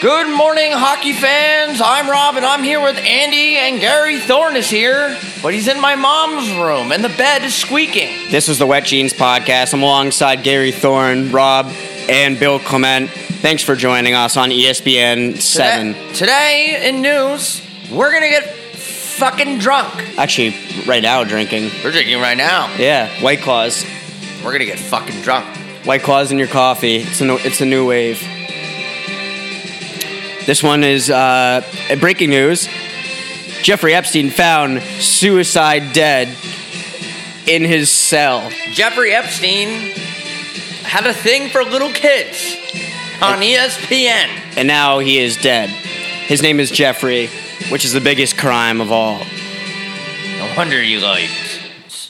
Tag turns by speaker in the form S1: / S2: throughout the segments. S1: Good morning, hockey fans. I'm Rob, and I'm here with Andy, and Gary Thorne is here, but he's in my mom's room, and the bed is squeaking.
S2: This is the Wet Jeans Podcast. I'm alongside Gary Thorne, Rob, and Bill Clement. Thanks for joining us on E ESPN 7.
S1: Today, today in news, we're gonna get fucking drunk.
S2: Actually, right now, drinking.
S1: We're drinking right now.
S2: Yeah, White Claws.
S1: We're gonna get fucking drunk.
S2: White Claws in your coffee. It's a, no, it's a new wave. This one is uh, breaking news. Jeffrey Epstein found suicide dead in his cell.
S1: Jeffrey Epstein had a thing for little kids on E ESPN.
S2: and now he is dead. His name is Jeffrey, which is the biggest crime of all.
S1: No wonder you liked.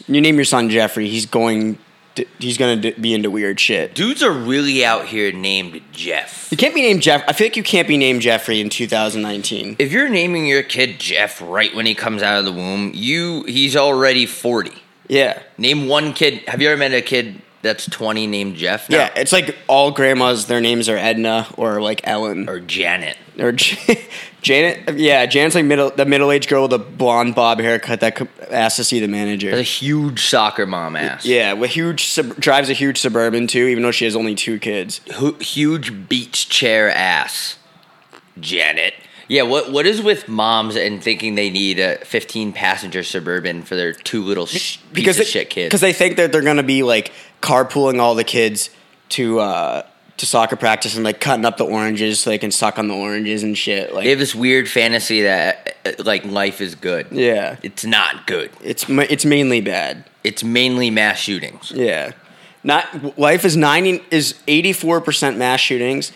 S2: You name your son Jeffrey, he's going, to, he's gonna d- be into weird shit.
S1: Dudes are really out here named Jeff.
S2: You can't be named Jeff. I feel like you can't be named Jeffrey in 2019.
S1: If you're naming your kid Jeff right when he comes out of the womb, you he's already 40.
S2: Yeah,
S1: Name one kid. Have you ever met a kid that's 20 named Jeff? No.
S2: yeah. It's like all grandmas, their names are Edna or like Ellen or,
S1: Or Janet.
S2: J- Janet. Yeah, Janet's like middle, the middle-aged girl with a blonde bob haircut that co- asked to see the
S1: Has a
S2: manager.
S1: huge soccer mom ass.
S2: Yeah, with huge sub- drives a huge suburban too, even though she has only two kids.
S1: Hu- huge beach chair ass. Janet. Yeah, what what is with moms and thinking they need a 15 passenger suburban for their two little sh- because
S2: they,
S1: of shit kids?
S2: Because they think that they're going to be like carpooling all the kids to uh, to soccer practice and like cutting up the oranges so they can suck on the oranges and shit. Like,
S1: they have this weird fantasy that uh, like life is good.
S2: yeah,
S1: It's not good.
S2: it's ma- it's mainly bad.
S1: It's mainly mass shootings.
S2: Yeah, not life is ninety is eighty four percent mass shootings.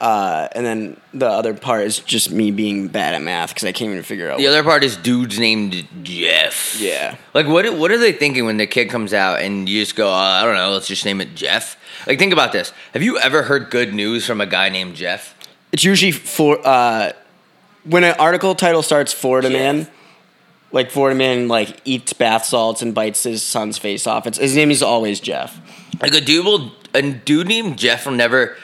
S2: Uh, and then the other part is just me being bad at math because I can't even figure out.
S1: The other part is dudes named Jeff.
S2: Yeah.
S1: Like what what are they thinking when the kid comes out and you just go, uh, I don't know, let's just name it Jeff? Like think about this. Have you ever heard good news from a guy named Jeff?
S2: It's usually for uh, when an article title starts Florida man, like Florida man like eats bath salts and bites his son's face off. It's his name is always Jeff.
S1: Like a dude will a dude named Jeff will never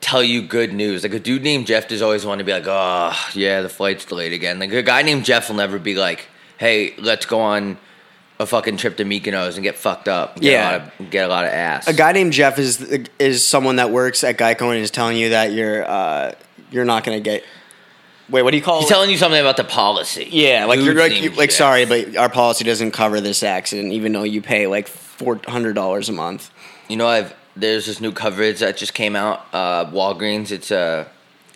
S1: tell you good news. Like a dude named Jeff does always want to be like, Oh yeah, the flight's delayed again. Like a guy named Jeff will never be like, Hey, let's go on a fucking trip to Mykonos and get fucked up. and Get A
S2: Yeah.
S1: lot of, get a lot of ass.
S2: A guy named Jeff is is someone that works at Geico and is telling you that you're uh, you're not gonna get. Wait, what do you call?
S1: He's telling you something about the policy.
S2: yeah, like you're
S1: Dudes
S2: like,
S1: named
S2: you like
S1: Jeff.
S2: sorry, but our policy doesn't cover this accident, even though you pay like four hundred dollars a month.
S1: You know, I've there's this new coverage that just came out. Uh, Walgreens. It's a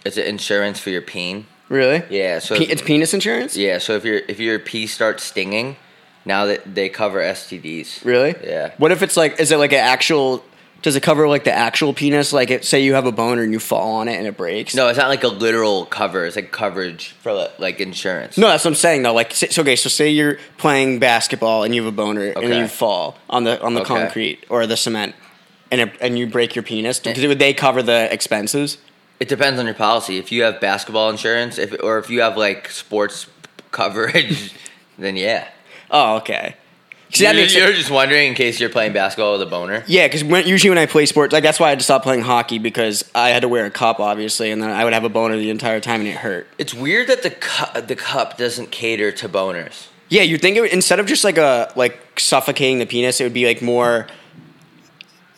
S1: it's an insurance for your peen.
S2: Really?
S1: Yeah. So
S2: Pe- it's penis insurance.
S1: yeah. So if your if your pee starts stinging, now that they cover STDs.
S2: Really?
S1: Yeah.
S2: What if it's like, is it like an actual, does it cover like the actual penis? Like, it, say you have a boner and you fall on it and it breaks?
S1: No, it's not like a literal cover. It's like coverage for like, like insurance.
S2: No, that's what I'm saying though. Like, say- so, okay, so say you're playing basketball and you have a boner and
S1: Okay.
S2: you fall on the on the
S1: Okay.
S2: concrete or the cement, and it, and you break your penis. Do- Would they cover the expenses?
S1: It depends on your policy. If you have basketball insurance, if or if you have like sports coverage, then yeah.
S2: Oh, okay. See,
S1: You're,
S2: that makes
S1: you're
S2: sense.
S1: just wondering in case you're playing basketball with a boner.
S2: Yeah, because when, usually when I play sports, like that's why I had to stop playing hockey because I had to wear a cup, obviously, and then I would have a boner the entire time and it hurt.
S1: It's weird that the cu- the cup doesn't cater to boners.
S2: Yeah, you'd think it would, instead of just like a like suffocating the penis, it would be like more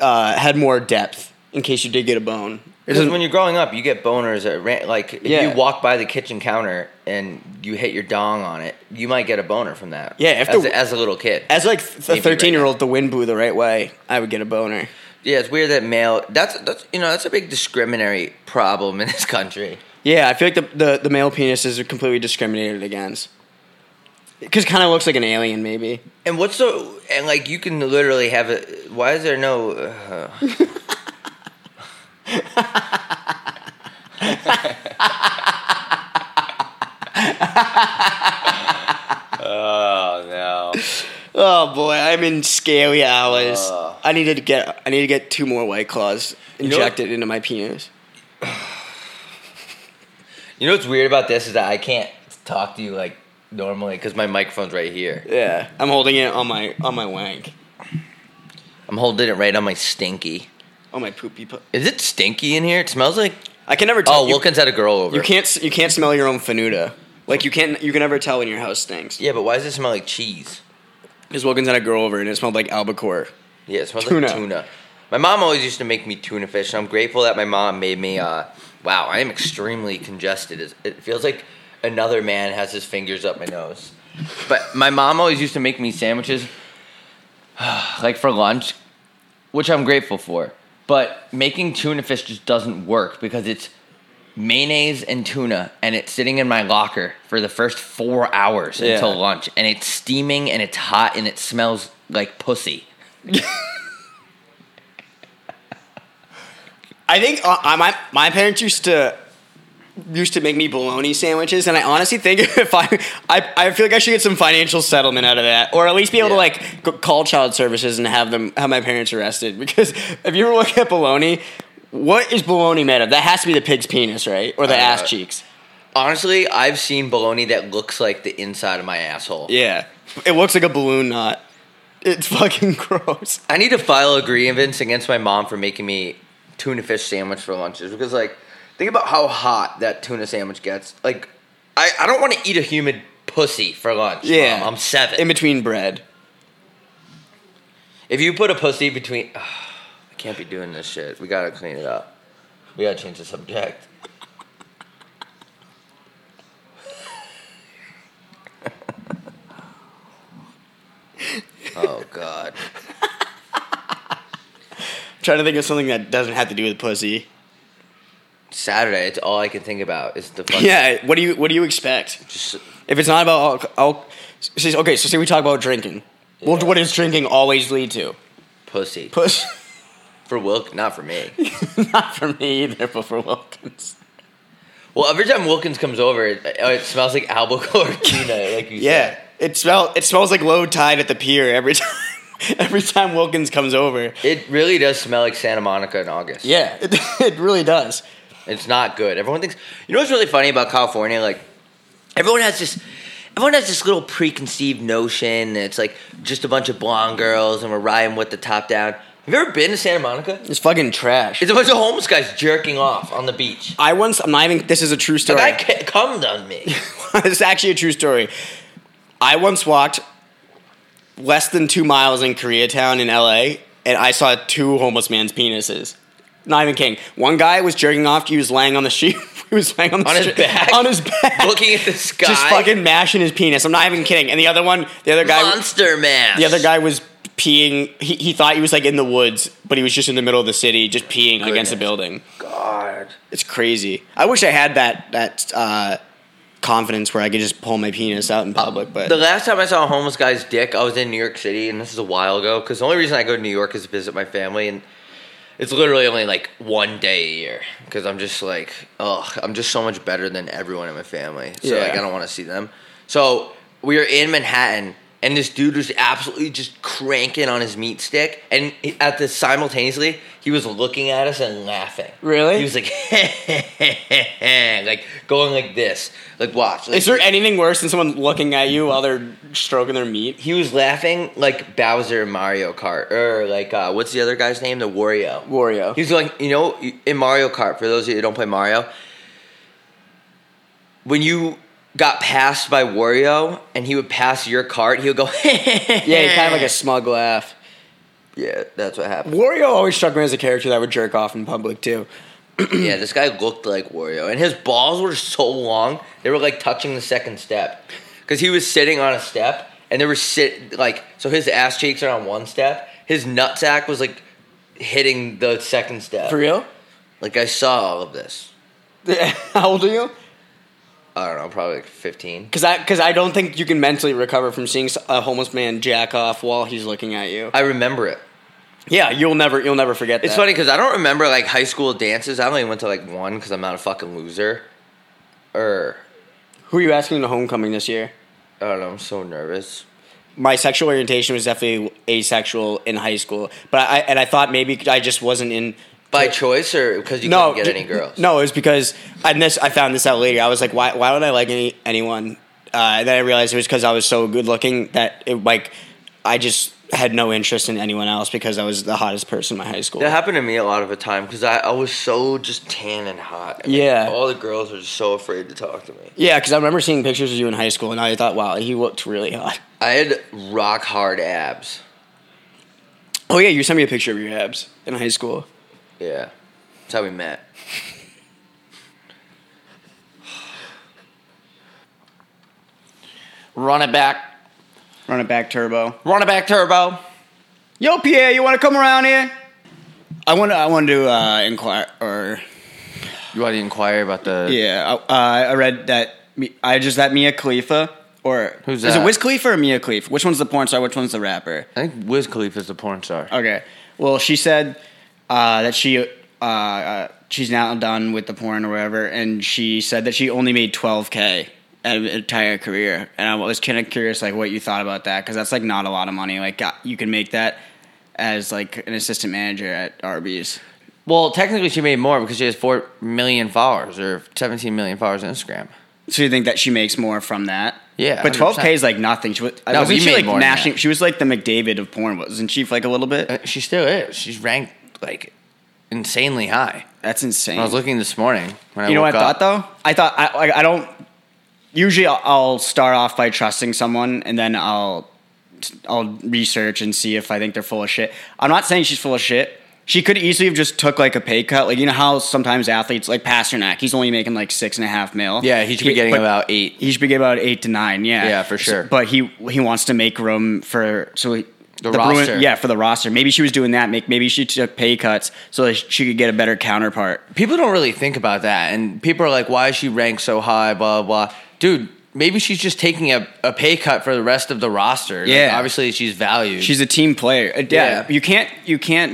S2: uh, had more depth in case you did get a bone. It
S1: Because
S2: doesn't-
S1: when you're growing up, you get boners at ran- like if
S2: Yeah.
S1: you walk by the kitchen counter and you hit your dong on it, you might get a boner from that.
S2: Yeah, if
S1: as,
S2: the-
S1: a, as a little kid.
S2: as like th- a
S1: Maybe right
S2: thirteen year old, the wind blew the right way, I would get a boner.
S1: yeah, it's weird that male. That's that's you know that's a big discriminatory problem in this country.
S2: Yeah, I feel like the the, the male penis is completely discriminated against because kind of looks like an alien, maybe.
S1: And what's the and like you can literally have it. Why is there no? Uh, oh no.
S2: Oh boy, I'm in scaly hours.
S1: Ugh.
S2: I needed to get I need to get two more white claws
S1: Uh. know what-
S2: injected into my penis.
S1: You know what's weird about this is that I can't talk to you like normally because my microphone's right here.
S2: Yeah, I'm holding it on my on my wank,
S1: I'm holding it right on my stinky.
S2: on my poopy. Po-
S1: Is it stinky in here? It smells like
S2: I can never tell.
S1: Oh,
S2: you,
S1: Wilkins had a girl over.
S2: you can't s- you can't smell your own fanuta. Like you can't you can never tell when your house stinks.
S1: Yeah, but why does it smell like cheese?
S2: Because Wilkins had a girl over and it smelled like albacore.
S1: Yeah, it smells
S2: Tuna.
S1: like tuna. My mom always used to make me tuna fish, and I'm grateful that my mom made me. Uh, wow, I am extremely congested. It's- It feels like another man has his fingers up my nose. But my mom always used to make me sandwiches, like for lunch, which I'm grateful for. But making tuna fish just doesn't work because it's mayonnaise and tuna, and it's sitting in my locker for the first four hours
S2: Yeah.
S1: until lunch, and it's steaming and it's hot and it smells like pussy.
S2: I think uh, I- my my parents used to used to make me bologna sandwiches, and I honestly think if I I, I feel like I should get some financial settlement out of that, or at least be able to
S1: Yeah.
S2: like c- call child services and have them have my parents arrested. Because if you ever look at bologna, what is bologna made of? That has to be the pig's penis, right, or the
S1: Uh,
S2: ass cheeks.
S1: Honestly, I've seen bologna that looks like the inside of my asshole.
S2: Yeah, it looks like a balloon knot. It's fucking gross.
S1: I need to file a grievance against my mom for making me tuna fish sandwich for lunches because, like, think about how hot that tuna sandwich gets. Like, I, I don't want to eat a human pussy for lunch.
S2: Yeah,
S1: Mom. I'm seven.
S2: In between bread.
S1: if you put a pussy between, I can't be doing this shit. We gotta clean it up. We gotta change the subject. oh God.
S2: trying to think of something that doesn't have to do with pussy.
S1: Saturday. It's all I can think about is the fucking
S2: Yeah, what do you what do you expect?
S1: Just,
S2: If it's not about alcohol, okay. So say we talk about drinking. What
S1: Yeah.
S2: what does drinking always lead to?
S1: pussy
S2: Push.
S1: for Wilk, not for me.
S2: not for me either, but for Wilkins.
S1: well, every time Wilkins comes over, it, oh, it smells like albacore tuna, like you
S2: Yeah,
S1: said.
S2: it smell it smells like low tide at the pier every time. every time Wilkins comes over.
S1: It really does smell like Santa Monica in August.
S2: Yeah, it, it really does.
S1: It's not good. Everyone thinks. You know what's really funny about California? Like, everyone has this. Everyone has this little preconceived notion. That it's like just a bunch of blonde girls, and we're riding with the top down. Have you ever been to Santa Monica?
S2: It's fucking trash.
S1: It's a bunch of homeless guys jerking off on the beach.
S2: I once I'm not even. This is a true
S1: The
S2: story.
S1: guy ca- cummed on me.
S2: it's actually a true story. I once walked less than two miles in Koreatown in LA, and I saw two homeless man's penises. Not even kidding. One guy was jerking off. He was laying on the sheet. He was laying on the
S1: On his
S2: street-
S1: back?
S2: On his back,
S1: Looking at the sky.
S2: just fucking mashing his penis. I'm not even kidding. And the other one, the other guy,
S1: Monster mash.
S2: the other guy was peeing. He, he thought he was like in the woods, but he was just in the middle of the city, just peeing against
S1: Goodness.
S2: a building.
S1: God.
S2: It's crazy. I wish I had that that uh, confidence where I could just pull my penis out in public, but
S1: The last time I saw a homeless guy's dick, I was in New York City, and this is a while ago. Because the only reason I go to New York is to visit my family, and it's literally only like one day a year. Because I'm just like, oh, I'm just so much better than everyone in my family. So
S2: Yeah.
S1: like, I don't want to see them. So we were in Manhattan, and this dude was absolutely just cranking on his meat stick, and he- at the simultaneously, he was looking at us and laughing.
S2: Really?
S1: He was like, like going like this, like watch. Like,
S2: is there anything worse than someone looking at you while they're stroking their meat?
S1: he was laughing like Bowser in Mario Kart, or like uh, what's the other guy's name? The Wario.
S2: Wario.
S1: He's like, you know, in Mario Kart. For those of you who don't play Mario, when you got passed by Wario and he would pass your cart, he would go,
S2: Yeah, kind of like a smug laugh.
S1: yeah. That's what happened.
S2: Wario always struck me as a character that would jerk off in public too.
S1: yeah, this guy looked like Wario, and his balls were so long they were like touching the second step, because he was sitting on a step, and they were sit like so his ass cheeks are on one step, his nutsack was like hitting the second step.
S2: For real?
S1: Like I saw all of this.
S2: How old are you?
S1: I don't know, probably like fifteen.
S2: Because I because I don't think you can mentally recover from seeing s- a homeless man jack off while he's looking at you.
S1: I remember it.
S2: Yeah, you'll never you'll never forget
S1: It's
S2: that.
S1: funny because I don't remember like high school dances. I only went to like one because I'm not a fucking loser. Or
S2: Who are you asking to homecoming this year?
S1: I don't know. I'm so nervous.
S2: my sexual orientation was definitely asexual in high school, but I and I thought maybe I just wasn't in.
S1: By choice or because you
S2: no,
S1: couldn't get
S2: d-
S1: any girls?
S2: No, it was because and this I found this out later. I was like, why why would I like any anyone? Uh, and then I realized it was because I was so good looking that it like I just had no interest in anyone else because I was the hottest person in my high school.
S3: That happened to me a lot of the time because I, I was so just tan and hot. and, like,
S2: Yeah.
S3: all the girls were just so afraid to talk to me.
S2: Yeah, because I remember seeing pictures of you in high school, and I thought, wow, he looked really hot.
S3: I had rock hard abs.
S2: Oh yeah, you sent me a picture of your abs in high school.
S3: Yeah. That's how we met.
S1: Run it back.
S2: Run it back, turbo.
S1: Run it back, Turbo.
S2: Yo, Pierre, you want to come around here? I want. I want to uh, inquire. Or
S1: You want to inquire about the.
S2: yeah, I, uh, I read that. I just that Mia Khalifa or
S1: Who's
S2: Is it
S1: that?
S2: Wiz Khalifa or Mia Khalifa? Which one's the porn star? Which one's the rapper?
S1: I think Wiz Khalifa's the porn star.
S2: Okay. Well, she said uh, that she uh, uh, she's now done with the porn or whatever, and she said that she only made 12k an entire career. And I was kind of curious, like, what you thought about that because that's like not a lot of money. Like, God, you can make that as like an assistant manager at Arby's.
S1: Well, technically, she made more because she has 4 million followers or 17 million followers on Instagram.
S2: So you think that she makes more from that?
S1: Yeah,
S2: but
S1: 100%.
S2: 12k is like nothing. She was,
S1: No,
S2: wasn't
S1: we
S2: she
S1: made
S2: like
S1: more than
S2: national?
S1: that.
S2: She was like the McDavid of porn, wasn't she? Like a little bit.
S1: Uh, She still is. She's ranked like insanely high.
S2: That's insane.
S1: I was looking this morning. When I
S2: You know what
S1: woke
S2: I
S1: up.
S2: thought though? I thought I I, I don't. Usually, I'll, I'll start off by trusting someone, and then I'll I'll research and see if I think they're full of shit. I'm not saying she's full of shit. She could easily have just took like a pay cut, like you know how sometimes athletes like Pasternak, he's only making like six and a half mil.
S1: Yeah, he should be getting
S2: but-
S1: about eight.
S2: He should be getting about eight to nine. Yeah,
S1: Yeah, for
S2: So-
S1: sure.
S2: but he he wants to make room for so he,
S1: The
S2: Bruin-
S1: roster.
S2: yeah, for the roster. Maybe she was doing that. Make maybe she took pay cuts so that she could get a better counterpart.
S1: people don't really think about that and people are like why is she ranked so high blah blah blah dude maybe she's just taking a, a pay cut for the rest of the roster Like,
S2: Yeah.
S1: obviously she's valued
S2: She's a team player. Uh, yeah,
S1: Yeah.
S2: you can't you can't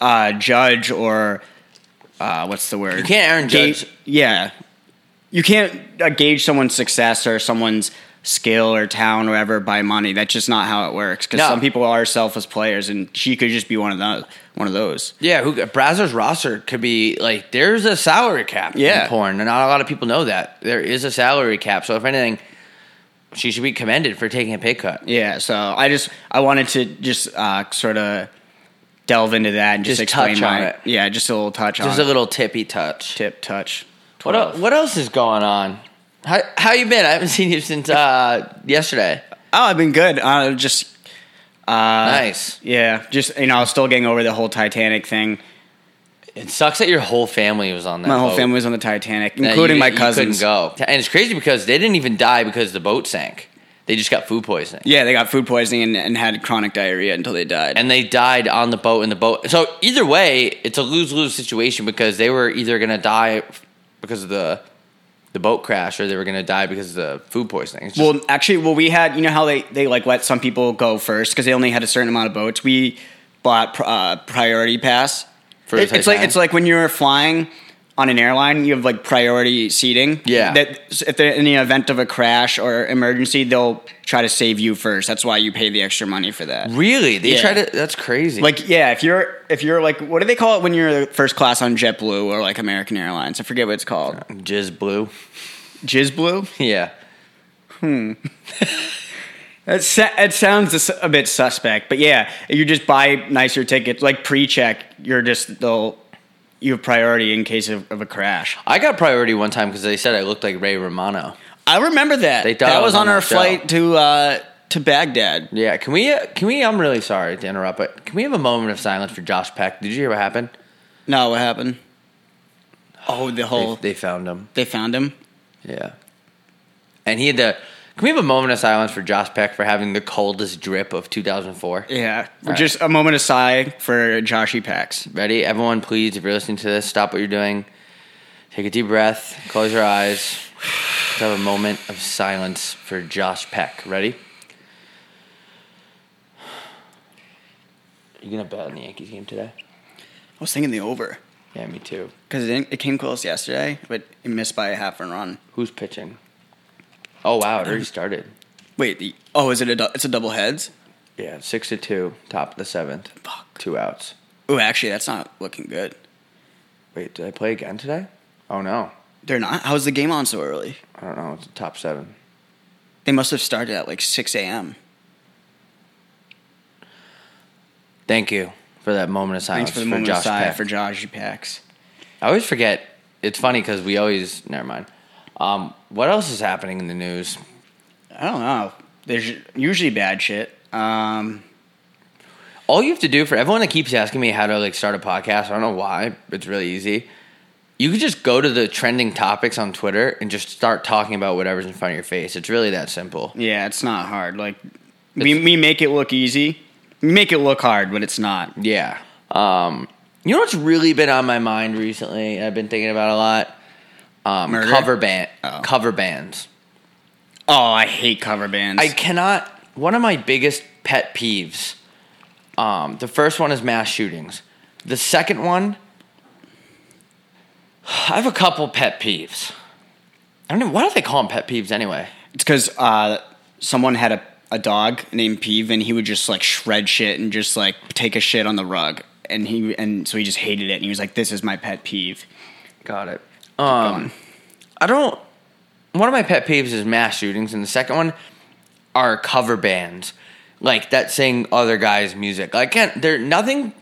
S2: uh, judge or uh, what's the word? You
S1: can't Aaron Judge.
S2: Yeah, you can't uh, gauge someone's success or someone's skill or talent or whatever by money. That's just not how it works. Because
S1: No.
S2: some people are selfless players, and she could just be one of those. One of those.
S1: yeah who Brazzers roster could be like there's a salary cap
S2: Yeah.
S1: in porn and not a lot of people know that there is a salary cap so if anything she should be commended for taking a pay cut
S2: Yeah. So I just I wanted to just uh, sort of delve into that and just,
S1: Just
S2: explain
S1: touch
S2: my
S1: on it.
S2: yeah, just a little touch
S1: just
S2: on
S1: a
S2: it.
S1: little tippy touch
S2: tip touch.
S1: what, el- what else is going on how, how you been i haven't seen you since uh, yesterday
S2: Oh, I've been good. Uh, just
S1: Uh, nice
S2: Yeah, just you know, I was still getting over the whole Titanic thing.
S1: it sucks that your whole family was on that
S2: My whole
S1: boat.
S2: family was on the Titanic,
S1: Yeah,
S2: including
S1: Oh. you-
S2: my
S1: you
S2: cousins.
S1: couldn't go, and it's crazy because they didn't even die because the boat sank. They just got food poisoning,
S2: Yeah, they got food poisoning and, and had chronic diarrhea until they died.
S1: and they died on the boat. In the boat, so either way, it's a lose lose situation because they were either gonna die because of the the boat crash, or they were gonna die because of the food poisoning. It's just-
S2: well, actually, well, we had you know how they they like let some people go first because they only had a certain amount of boats. We bought pr- uh, priority pass.
S1: For
S2: It-
S1: the
S2: it's like
S1: Titanic?
S2: it's like when you're flying on an airline, you have like priority seating.
S1: Yeah.
S2: That if they're in the event of a crash or emergency, they'll try to save you first. That's why you pay the extra money for that.
S1: really, they
S2: Yeah.
S1: tried to. That's crazy.
S2: Like yeah, if you're if you're like what do they call it when you're first class on JetBlue or like American Airlines? I forget what it's called.
S1: jizz blue.
S2: Jizz Blue.
S1: Yeah,
S2: It, sa- it sounds a, s- a bit suspect, but yeah, you just buy nicer tickets. Like pre-check, you're just they'll you have priority in case of, of a crash.
S1: I got priority one time because they said I looked like Ray Romano.
S2: I remember that.
S1: They thought
S2: that
S1: I was
S2: was on,
S1: on
S2: our
S1: that show.
S2: flight to uh, to Baghdad.
S1: Yeah, can we? uh, Can we? I'm really sorry to interrupt, but can we have a moment of silence for Josh Peck? Did you hear what happened?
S2: No, what happened? Oh, the whole they,
S1: They, they found him.
S2: found him.
S1: Yeah. And he had the. Can we have a moment of silence for Josh Peck for having the coldest drip of 2004?
S2: Yeah, just a moment of sigh for Joshy Pax.
S1: Ready? Everyone, please, if you're listening to this, stop what you're doing. Take a deep breath. Close your eyes. Let's have a moment of silence for Josh Peck. Ready? You gonna bet on the Yankees game today?
S2: I was thinking the over.
S1: Yeah, me too.
S2: Because it, didn't- it came close yesterday, but it missed by a half a run.
S1: Who's pitching? Oh wow, it already started.
S2: Wait, the, oh, is it a dou- it's a double heads?
S1: Yeah, six to two, top of the seventh.
S2: Fuck.
S1: Two outs.
S2: Oh, actually, that's not looking good.
S1: Wait, did I play again today? Oh no.
S2: They're not. How's the game on so early?
S1: I don't know. It's the top seven.
S2: They must have started at like six a.m.
S1: Thank you for that moment of silence
S2: Thanks for the moment of
S1: Josh
S2: sigh
S1: Peck.
S2: for Josh Pax.
S1: I always forget. It's funny because we always never mind. Um, what else is happening in the news?
S2: I don't know. There's usually bad shit. Um,
S1: All you have to do for everyone that keeps asking me how to like start a podcast, I don't know why. It's really easy. You could just go to the trending topics on Twitter and just start talking about whatever's in front of your face. It's really that simple.
S2: yeah, it's not hard. Like we, we make it look easy. We make it look hard, but it's not.
S1: Yeah. Um, you know what's really been on my mind recently? I've been thinking about it a lot. Um,
S2: Murder?
S1: cover band,
S2: Oh.
S1: cover bands.
S2: Oh, I hate cover bands.
S1: I cannot. One of my biggest pet peeves. Um, the first one is mass shootings. The second one, I have a couple pet peeves. I don't know why do they call them pet peeves anyway.
S2: It's because uh, someone had a, a dog named Peeve, and he would just like shred shit and just like take a shit on the rug, and he and so he just hated it, and he was like, "This is my pet peeve."
S1: Got it. Um, I don't. One of my pet peeves is mass shootings, and the second one are cover bands, like that sing other guys' music. Like, can't there nothing?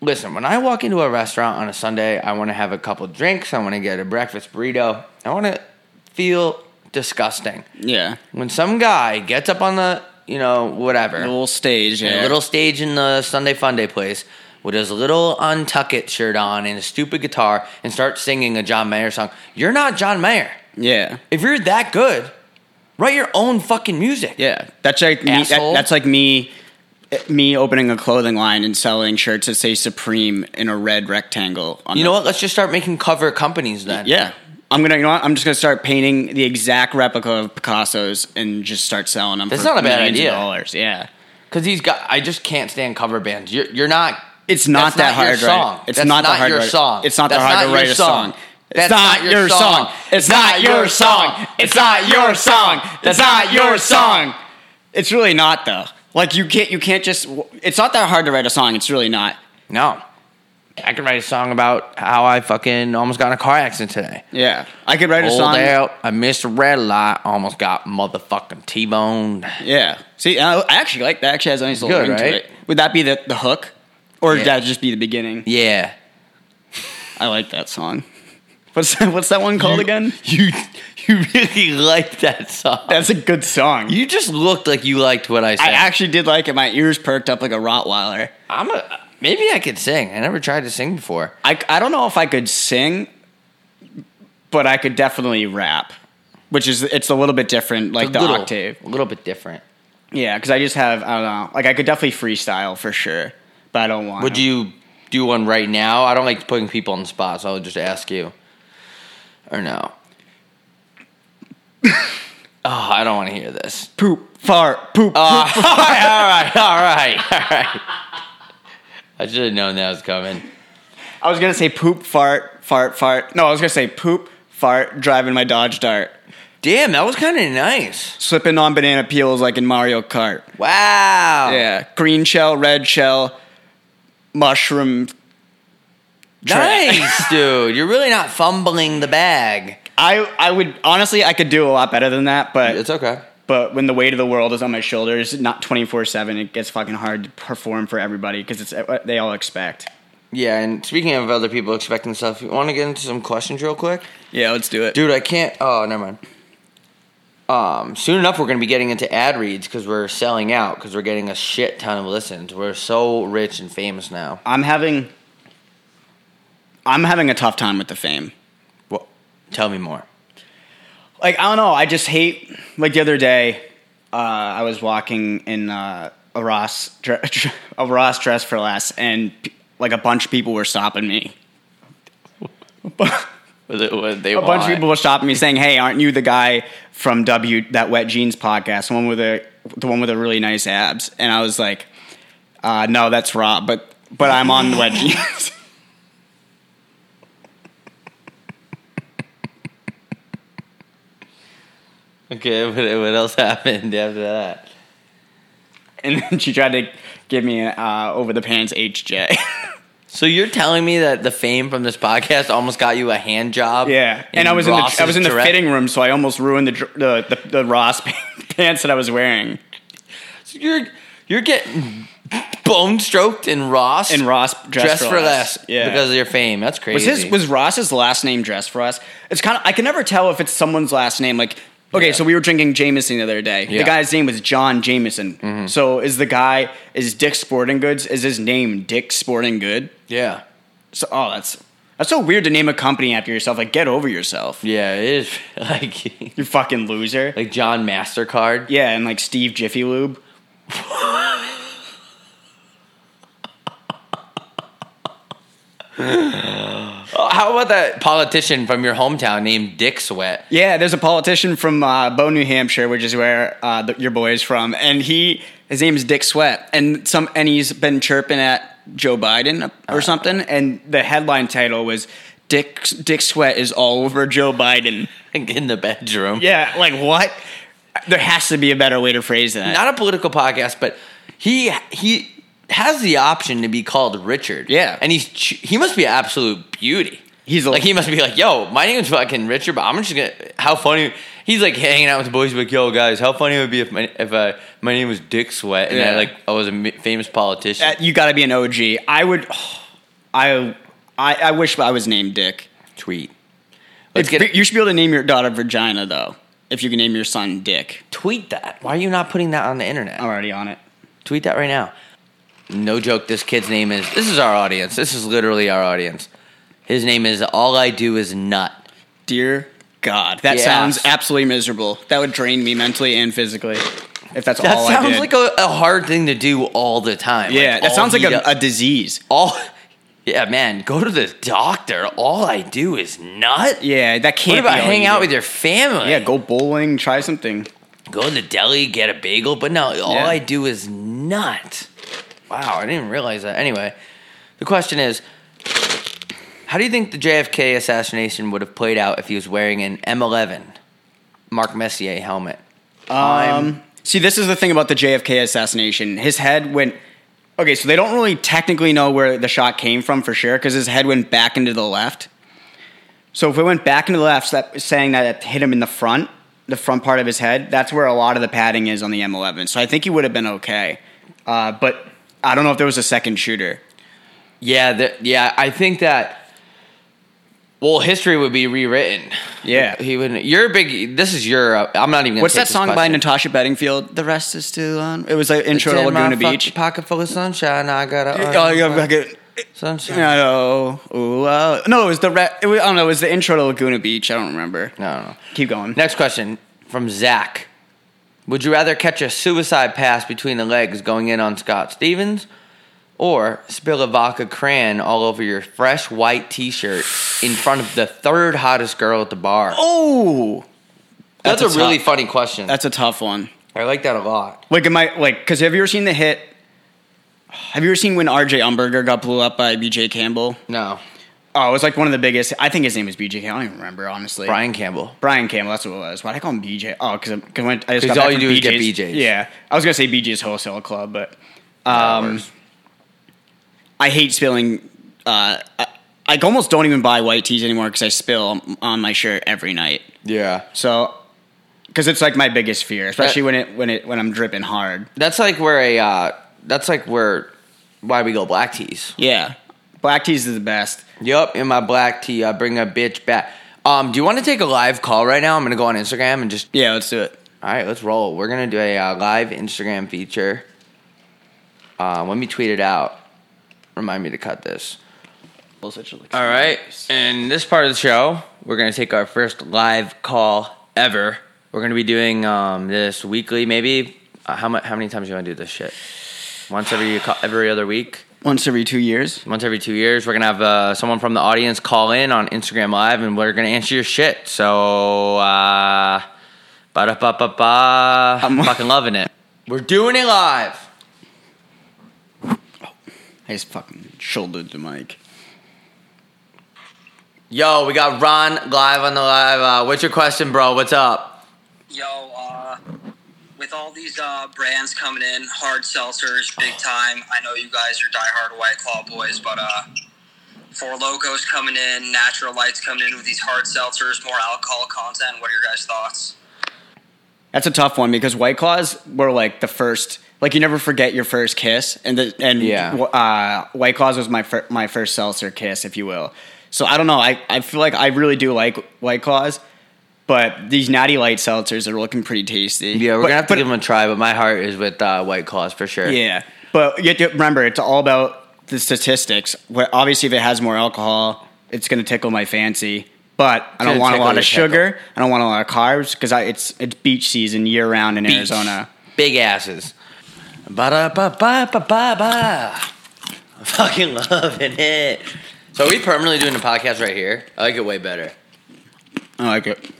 S1: Listen, when I walk into a restaurant on a Sunday, I want to have a couple drinks. I want to get a breakfast burrito. I want to feel disgusting.
S2: Yeah,
S1: When some guy gets up on the, you know, whatever,
S2: a little stage,
S1: a
S2: yeah,
S1: little stage in the Sunday Fun Day place with his little untuck it shirt on and a stupid guitar and start singing a John Mayer song. You're not John Mayer.
S2: yeah,
S1: If you're that good, write your own fucking music.
S2: yeah. That's like me, that-
S1: Asshole.
S2: that's like me, eh, me opening a clothing line and selling shirts that say Supreme in a red rectangle. On
S1: You
S2: the-
S1: know what? Let's just start making cover companies then.
S2: Yeah. I'm gonna, you know, what? I'm just gonna start painting the exact replica of Picasso's and just start selling them.
S1: That's
S2: for
S1: not a bad
S2: millions of
S1: idea.
S2: dollars, yeah.
S1: Because these guys, I just can't stand cover bands. You're, you're not.
S2: It's not that
S1: that's
S2: hard
S1: your
S2: to write-
S1: Song.
S2: It's
S1: That's
S2: not, that hard
S1: your
S2: to write-
S1: song.
S2: It's not that
S1: That's
S2: hard to
S1: your
S2: write a song.
S1: That's
S2: it's not, your song. It's not your song. It's not your song. It's not your song. It's really not though. Like you can't you can't just it's not that hard to write a song. It's really not.
S1: No. I can write a song about how I fucking almost got in a car accident today.
S2: Yeah. I could write a
S1: Pulled
S2: song.
S1: out. I missed a red light. Almost got motherfucking T-boned.
S2: Yeah. See, I I actually like that. Actually has a nice little
S1: Good,
S2: ring
S1: right?
S2: to it. Would that be the, the hook? Or
S1: Yeah.
S2: would that just be the beginning?
S1: Yeah.
S2: I like that song. What's that, what's that one called again?
S1: You you really liked that song.
S2: That's a good song.
S1: you just looked like you liked what I said.
S2: I actually did like it. My ears perked up like a Rottweiler.
S1: I'm a maybe I could sing. I never tried to sing before.
S2: I, I don't know if I could sing, but I could definitely rap, which is it's a little bit different, like the
S1: little,
S2: octave.
S1: A little bit different.
S2: Yeah, because I just have I don't know, like I could definitely freestyle for sure, but I don't want.
S1: Would you do one right now? I don't like putting people on the spot, so I'll just ask you. Or no. oh, I don't want to hear this.
S2: poop fart poop?
S1: Uh, all right, all right, all right, all right. I should have known that was coming.
S2: I was gonna say poop fart fart fart. No, I was gonna say poop fart driving my Dodge Dart,
S1: Damn, that was kind of nice.
S2: slipping on banana peels like in Mario Kart.
S1: Wow.
S2: Yeah, green shell, red shell, mushroom. trash.
S1: Nice, dude. You're really not fumbling the bag.
S2: I I would honestly I could do a lot better than that, but
S1: It's okay.
S2: but when the weight of the world is on my shoulders, not twenty four seven, it gets fucking hard to perform for everybody because it's what they all expect.
S1: Yeah, and speaking of other people expecting stuff, you want to get into some questions real quick?
S2: Yeah, let's do it.
S1: Dude, I can't. Oh, never mind. Um, soon enough, we're going to be getting into ad reads because we're selling out because we're getting a shit ton of listens. We're so rich and famous now.
S2: I'm having I'm having a tough time with the fame.
S1: Well, tell me more.
S2: like I don't know. I just hate like the other day. Uh, I was walking in uh, a Ross dre- a Ross dress for less, and p- like a bunch of people were stopping me.
S1: they
S2: A bunch of people were stopping me, saying, "Hey, aren't you the guy from W that Wet Jeans podcast? The one with the the one with the really nice abs?" And I was like, uh, "No, that's Rob, but but I'm on the Wet Jeans."
S1: Okay, what, what else happened after that?
S2: and then she tried to give me an uh, over the pants HJ.
S1: So you're telling me that the fame from this podcast almost got you a hand job?
S2: Yeah, and I was in
S1: Ross's
S2: the I was in the
S1: direct-
S2: fitting room, so I almost ruined the dr- the the, the Ross pants that I was wearing.
S1: You're you're getting bone stroked and Ross
S2: And Ross dressed,
S1: dressed for less
S2: Yeah.
S1: because of your fame. That's
S2: was
S1: crazy.
S2: his was Ross's last name dressed for us? It's kind of I can never tell if it's someone's last name. Like okay,
S1: Yeah.
S2: so we were drinking Jameson the other day.
S1: Yeah. Mm-hmm.
S2: The guy's name was John Jameson. So is the guy is Dick Sporting Goods? Is his name Dick Sporting Good?
S1: yeah,
S2: So oh, that's that's so weird to name a company after yourself. Like get over yourself,
S1: yeah, it is like
S2: you fucking loser.
S1: like John Mastercard.
S2: yeah, and like Steve Jiffy Lube.
S1: Oh, How about that politician from your hometown named Dick Sweat?
S2: Yeah, there's a politician from uh, Bow, New Hampshire, which is where uh, the, your boy is from, and he his name is Dick Sweat, and some and he's been chirping at Joe Biden or something, and the headline title was Dick Dick Sweat is all over Joe Biden.
S1: Like, in the bedroom.
S2: Yeah, like what? There has to be a better way to phrase that.
S1: not a political podcast, but he he has the option to be called Richard.
S2: Yeah.
S1: and he's ch- he must be an absolute beauty.
S2: He's a-
S1: like he must be like, yo, my name's fucking Richard, but I'm just gonna how funny. He's like hanging out with the boys, like, yo, guys, how funny it would be if my if uh, my name was Dick Sweat and I
S2: Yeah.
S1: like I was a mi- famous politician.
S2: Uh, you got to be an OG. I would. I, I I wish I was named Dick.
S1: tweet. Let's
S2: It's,
S1: get
S2: you should be able to name your daughter Virginia though. If you can name your son Dick,
S1: tweet that. Why are you not putting that on the internet?
S2: I'm already on it.
S1: Tweet that right now. No joke, this kid's name is this is our audience. This is literally our audience. His name is All I Do Is Nut.
S2: Dear God, that
S1: Yeah.
S2: sounds absolutely miserable. That would drain me mentally and physically. If that's
S1: That
S2: all Oh, I
S1: sounds
S2: did.
S1: like a, a hard thing to do all the time.
S2: yeah,
S1: Like,
S2: that
S1: all
S2: sounds like
S1: heat
S2: a,
S1: up-
S2: a disease.
S1: all. Yeah, man, go to the doctor. All I do is nut.
S2: Yeah, that
S1: What
S2: can't.
S1: about
S2: be all
S1: hang
S2: you
S1: out
S2: do.
S1: with your family?
S2: Yeah, go bowling, try something.
S1: go to the deli, get a bagel. But no, all
S2: Yeah.
S1: I do is nut. Wow, I didn't realize that. Anyway, the question is, how do you think the JFK assassination would have played out if he was wearing an M11 Mark Messier helmet?
S2: Um, see, this is the thing about the JFK assassination. His head went. Okay, so they don't really technically know where the shot came from for sure because his head went back into the left. So if it went back into the left, so that, saying that it hit him in the front, the front part of his head, that's where a lot of the padding is on the M11. So I think he would have been okay. Uh, but I don't know if there was a second shooter.
S1: Yeah, the, yeah. I think that. Well, history would be rewritten.
S2: Yeah.
S1: he wouldn't. You're a big. This is your. uh, I'm not even. Gonna
S2: What's
S1: take
S2: that
S1: this
S2: song by
S1: question.
S2: Natasha Bedingfield? The rest is still on. It was an intro to
S1: It's in my
S2: Laguna
S1: fucking
S2: Beach.
S1: Pocket full of sunshine. I got a.
S2: Oh, yeah, fucking-
S1: sunshine.
S2: Yeah, no, Ooh, uh, no, it was the re- it was, I don't know, it was the intro to Laguna Beach. I don't remember.
S1: No, no, no.
S2: Keep going.
S1: Next question from Zach. Would you rather catch a suicide pass between the legs going in on Scott Stevens, or spill a vodka cran all over your fresh white T-shirt in front of the third hottest girl at the bar?
S2: Oh,
S1: that's,
S2: that's
S1: a
S2: a
S1: really
S2: tough-
S1: funny question.
S2: that's a tough one.
S1: I like that a lot.
S2: Like, am I like? Because have you ever seen the hit? Have you ever seen when R.J. Umberger got blew up by B.J. Campbell?
S1: No,
S2: Oh, it was like one of the biggest. I think his name was B.J. Campbell. I don't even remember honestly.
S1: Brian Campbell.
S2: Brian Campbell. That's what it was. Why would I call him B.J.? Oh, because I
S1: 'Cause
S2: just got
S1: all
S2: back
S1: you
S2: from
S1: do is get
S2: BJ's.
S1: BJ's.
S2: Yeah, I was gonna say BJ's Wholesale Club, but um, I hate spilling. Uh, I, I almost don't even buy white tees anymore because I spill on my shirt every night.
S1: yeah,
S2: So, because it's like my biggest fear, especially
S1: That-
S2: when it when it when I'm dripping hard.
S1: that's like where a uh, that's like where why we go black tees.
S2: Yeah, black tees is the best.
S1: Yup, in my black tee, I bring a bitch back. Um, do you want to take a live call right now? I'm gonna go on Instagram and just
S2: Yeah, let's do it.
S1: all right, let's roll. We're gonna do a uh, live Instagram feature. Uh, let me tweet it out. Remind me to cut this. All right. And this part of the show, we're going to take our first live call ever. We're going to be doing um, this weekly, maybe. Uh, how, mu- how many times you want to do this shit? Once every co- every other week,
S2: Once every two years.
S1: once every two years. We're going to have uh, someone from the audience call in on Instagram Live and we're going to answer your shit. So, uh, ba da ba ba ba. I'm fucking loving it. We're doing it live.
S2: I just fucking shouldered the mic.
S1: Yo, we got Ron live on the live. Uh, what's your question, bro? What's up?
S4: Yo, uh, with all these uh, brands coming in, hard seltzers, big time. I know you guys are diehard White Claw boys, but uh, Four Locos coming in, Natural Lights coming in with these hard seltzers, more alcohol content. What are your guys' thoughts?
S2: That's a tough one because White Claws were like the first. like you never forget your first kiss, and the and
S1: Yeah.
S2: uh, White Claws was my fir- my first seltzer kiss, if you will. So I don't know. I, I feel like I really do like White Claws, but these Natty Light seltzers are looking pretty tasty.
S1: Yeah, we're
S2: But-
S1: gonna have to
S2: but-
S1: give them a try, but my heart is with uh, White Claws for sure.
S2: Yeah, but you have to remember it's all about the statistics. Where obviously, if it has more alcohol, it's going to tickle my fancy. But I don't
S1: gonna
S2: want a
S1: tickle
S2: lot
S1: your
S2: of sugar. I don't want a lot of carbs because it's it's beach season year round in
S1: Beach.
S2: Arizona.
S1: Big asses. Ba da ba ba ba ba ba.
S5: Fucking loving it.
S1: So are we permanently doing the podcast right here? I like it way better.
S2: I like it.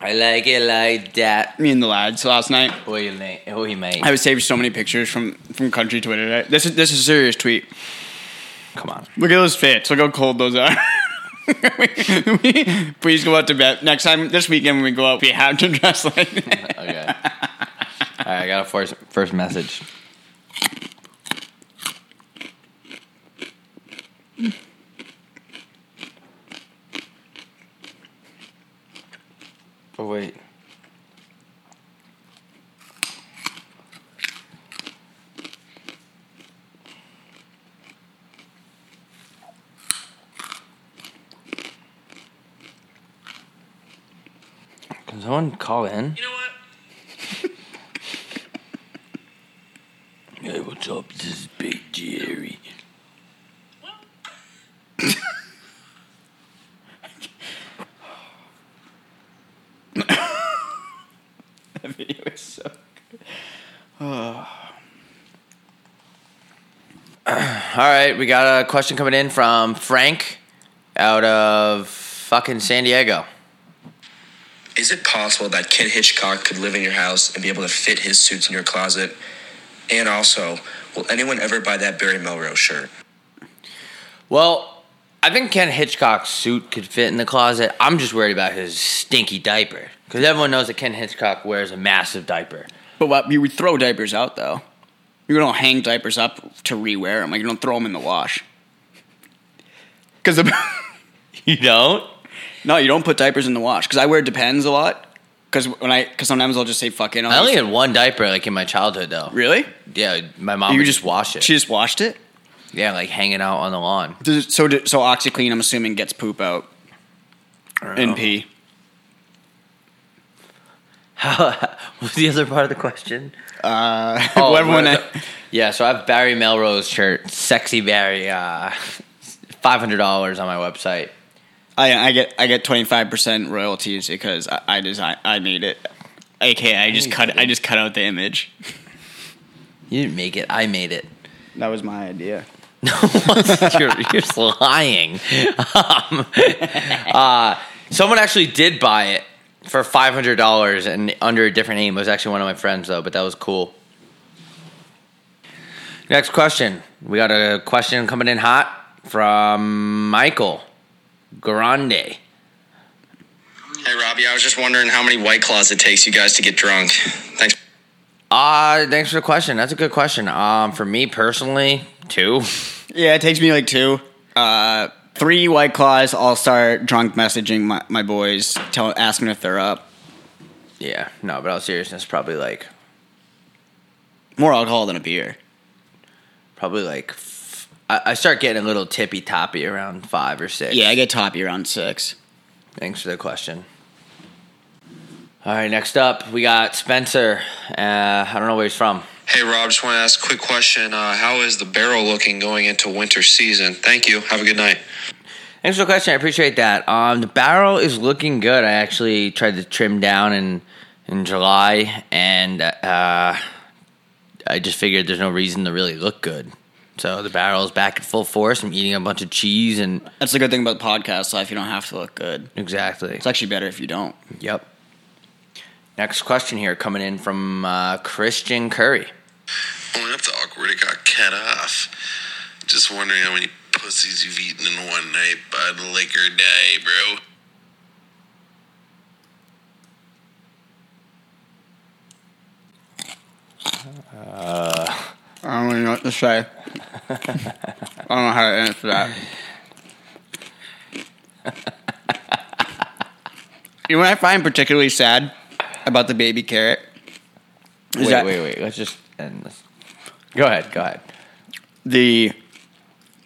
S5: I like it like that.
S2: Me and the lads last night.
S5: Oh, you mate. Oh, you mate.
S2: I was saved so many pictures from from country Twitter. Right? This is this is a serious tweet.
S1: Come on.
S2: Look at those fits. Look how cold those are. Please go out to bed next time. This weekend when we go out, we have to dress like. That.
S1: Okay. All right, I got a first first message. Oh wait. Can someone call in?
S6: You know what?
S1: Hey, what's up? This is Big Jerry.
S2: that video is so.
S1: All right, we got a question coming in from Frank out of fucking San Diego.
S4: Is it possible that Ken Hitchcock could live in your house and be able to fit his suits in your closet? And also, will anyone ever buy that Barry Melrose shirt?
S1: Well, I think Ken Hitchcock's suit could fit in the closet. I'm just worried about his stinky diaper because everyone knows that Ken Hitchcock wears a massive diaper.
S2: But what you would throw diapers out though. You don't hang diapers up to rewear them. Like you don't throw them in the wash. Because
S1: You don't?
S2: no, you don't put diapers in the wash. Because I wear Depends a lot. Because when I because sometimes I'll just say fuck it. I'll
S1: I only
S2: just-
S1: had one diaper like in my childhood though.
S2: really.
S1: Yeah, my mom would just wash it.
S2: She just washed it.
S1: yeah, like hanging out on the lawn.
S2: Does it- So do- so OxyClean, I'm assuming gets poop out and pee.
S1: What's the other part of the question?
S2: Oh,
S1: Oh,
S2: everyone,
S1: right. yeah, so I have Barry Melrose shirt, sexy Barry, uh, five hundred dollars on my website.
S2: I, I get I get 25 percent royalties because I, I design I made it. AKA, I just cut I just cut out the image.
S1: You didn't make it, I made it.
S2: That was my idea.
S1: you're, you're lying. Um, uh, someone actually did buy it for five hundred dollars and under a different name. It was actually one of my friends though, but that was cool. Next question. We got a question coming in hot from Michael Grande.
S4: Hey, Robbie, I was just wondering how many White Claws it takes you guys to get drunk. Thanks.
S1: Uh, thanks for the question. That's a good question. Um, for me personally, two.
S2: Yeah, it takes me like two. Uh, three White Claws, I'll start drunk messaging my, my boys, tell, asking if they're up.
S1: Yeah, no, but all seriousness, probably like,
S2: More alcohol than a beer.
S1: probably like, f- I, I start getting a little tippy toppy around five or six.
S2: Yeah, I get toppy around six.
S1: Thanks for the question. All right, next up we got Spencer. Uh, I don't know where he's from.
S4: Hey, Rob, just want to ask a quick question. Uh, how is the barrel looking going into winter season? Thank you. Have a good night.
S1: Thanks for the question. I appreciate that. Um, the barrel is looking good. I actually tried to trim down in in July, and uh, I just figured there's no reason to really look good. So the barrel's back at full force. I'm eating a bunch of cheese and
S2: That's the good thing about podcast life. You don't have to look good.
S1: exactly.
S2: It's actually better if you don't.
S1: Yep. Next question here coming in from uh, Christian Curry.
S7: Only up to awkward it got cut off. Just wondering how many pussies you've eaten in one night by the liquor day, bro.
S2: I don't really know what to say. I don't know how to answer that. you know what I find particularly sad about the baby carrot Is
S1: wait,
S2: that-
S1: wait, wait. Let's just end this. Go ahead. Go ahead.
S2: the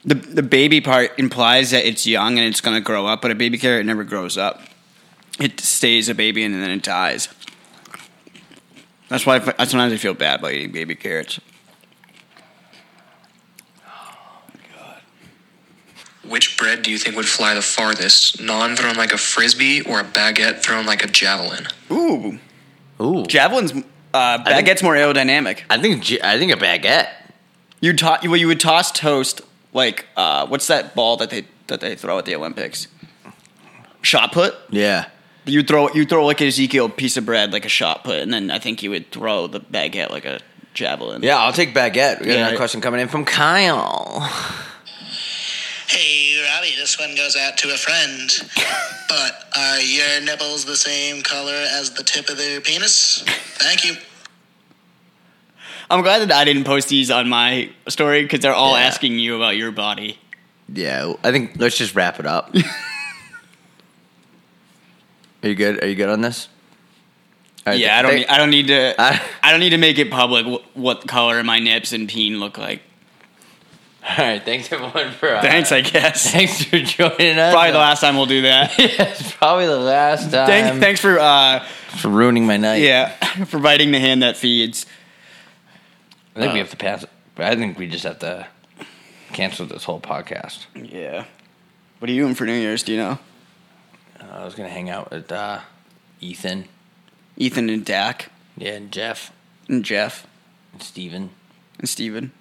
S2: the the baby part implies that it's young and it's going to grow up, but a baby carrot never grows up. It stays a baby and then it dies. That's why I, f- I sometimes I feel bad about eating baby carrots.
S7: Which bread do you think would fly the farthest? Non thrown like a frisbee or a baguette thrown like a javelin?
S2: Ooh,
S1: Ooh,
S2: javelins. Uh,
S1: think-
S2: baguette's more aerodynamic.
S1: I think j- I think a baguette.
S2: You to- well, you would toss toast like uh, what's that ball that they that they throw at the Olympics? Shot put.
S1: Yeah.
S2: You throw you throw like an Ezekiel piece of bread like a shot put, and then I think you would throw the baguette like a javelin.
S1: Yeah, I'll take baguette. We got
S2: Yeah.
S1: another question coming in from Kyle.
S8: Hey, Robbie, this one goes out to a friend. but are your nipples the same color as the tip of their penis? Thank you.
S2: I'm glad that I didn't post these on my story because they're all
S1: Yeah.
S2: asking you about your body.
S1: Yeah, I think let's just wrap it up. Are you good? Are you good on this? All right,
S2: yeah, I don't.
S1: thank-
S2: need, I don't need to.
S1: I-
S2: I, don't need to make it public wh- what color my nips and peen look like.
S1: All right, thanks everyone for uh,
S2: Thanks, I guess.
S1: thanks for joining us.
S2: Probably the last time we'll do that.
S1: Yeah, it's probably the last time.
S2: Thank, thanks for uh,
S1: for ruining my night.
S2: yeah, for biting the hand that feeds.
S1: I think we have to pass. I think we just have to cancel this whole podcast.
S2: Yeah. What are you doing for New Year's? Do you know?
S1: Uh, I was gonna hang out with uh, Ethan,
S2: Ethan and Dak
S1: yeah, and Jeff,
S2: and Jeff
S1: and Steven.
S2: and Steven.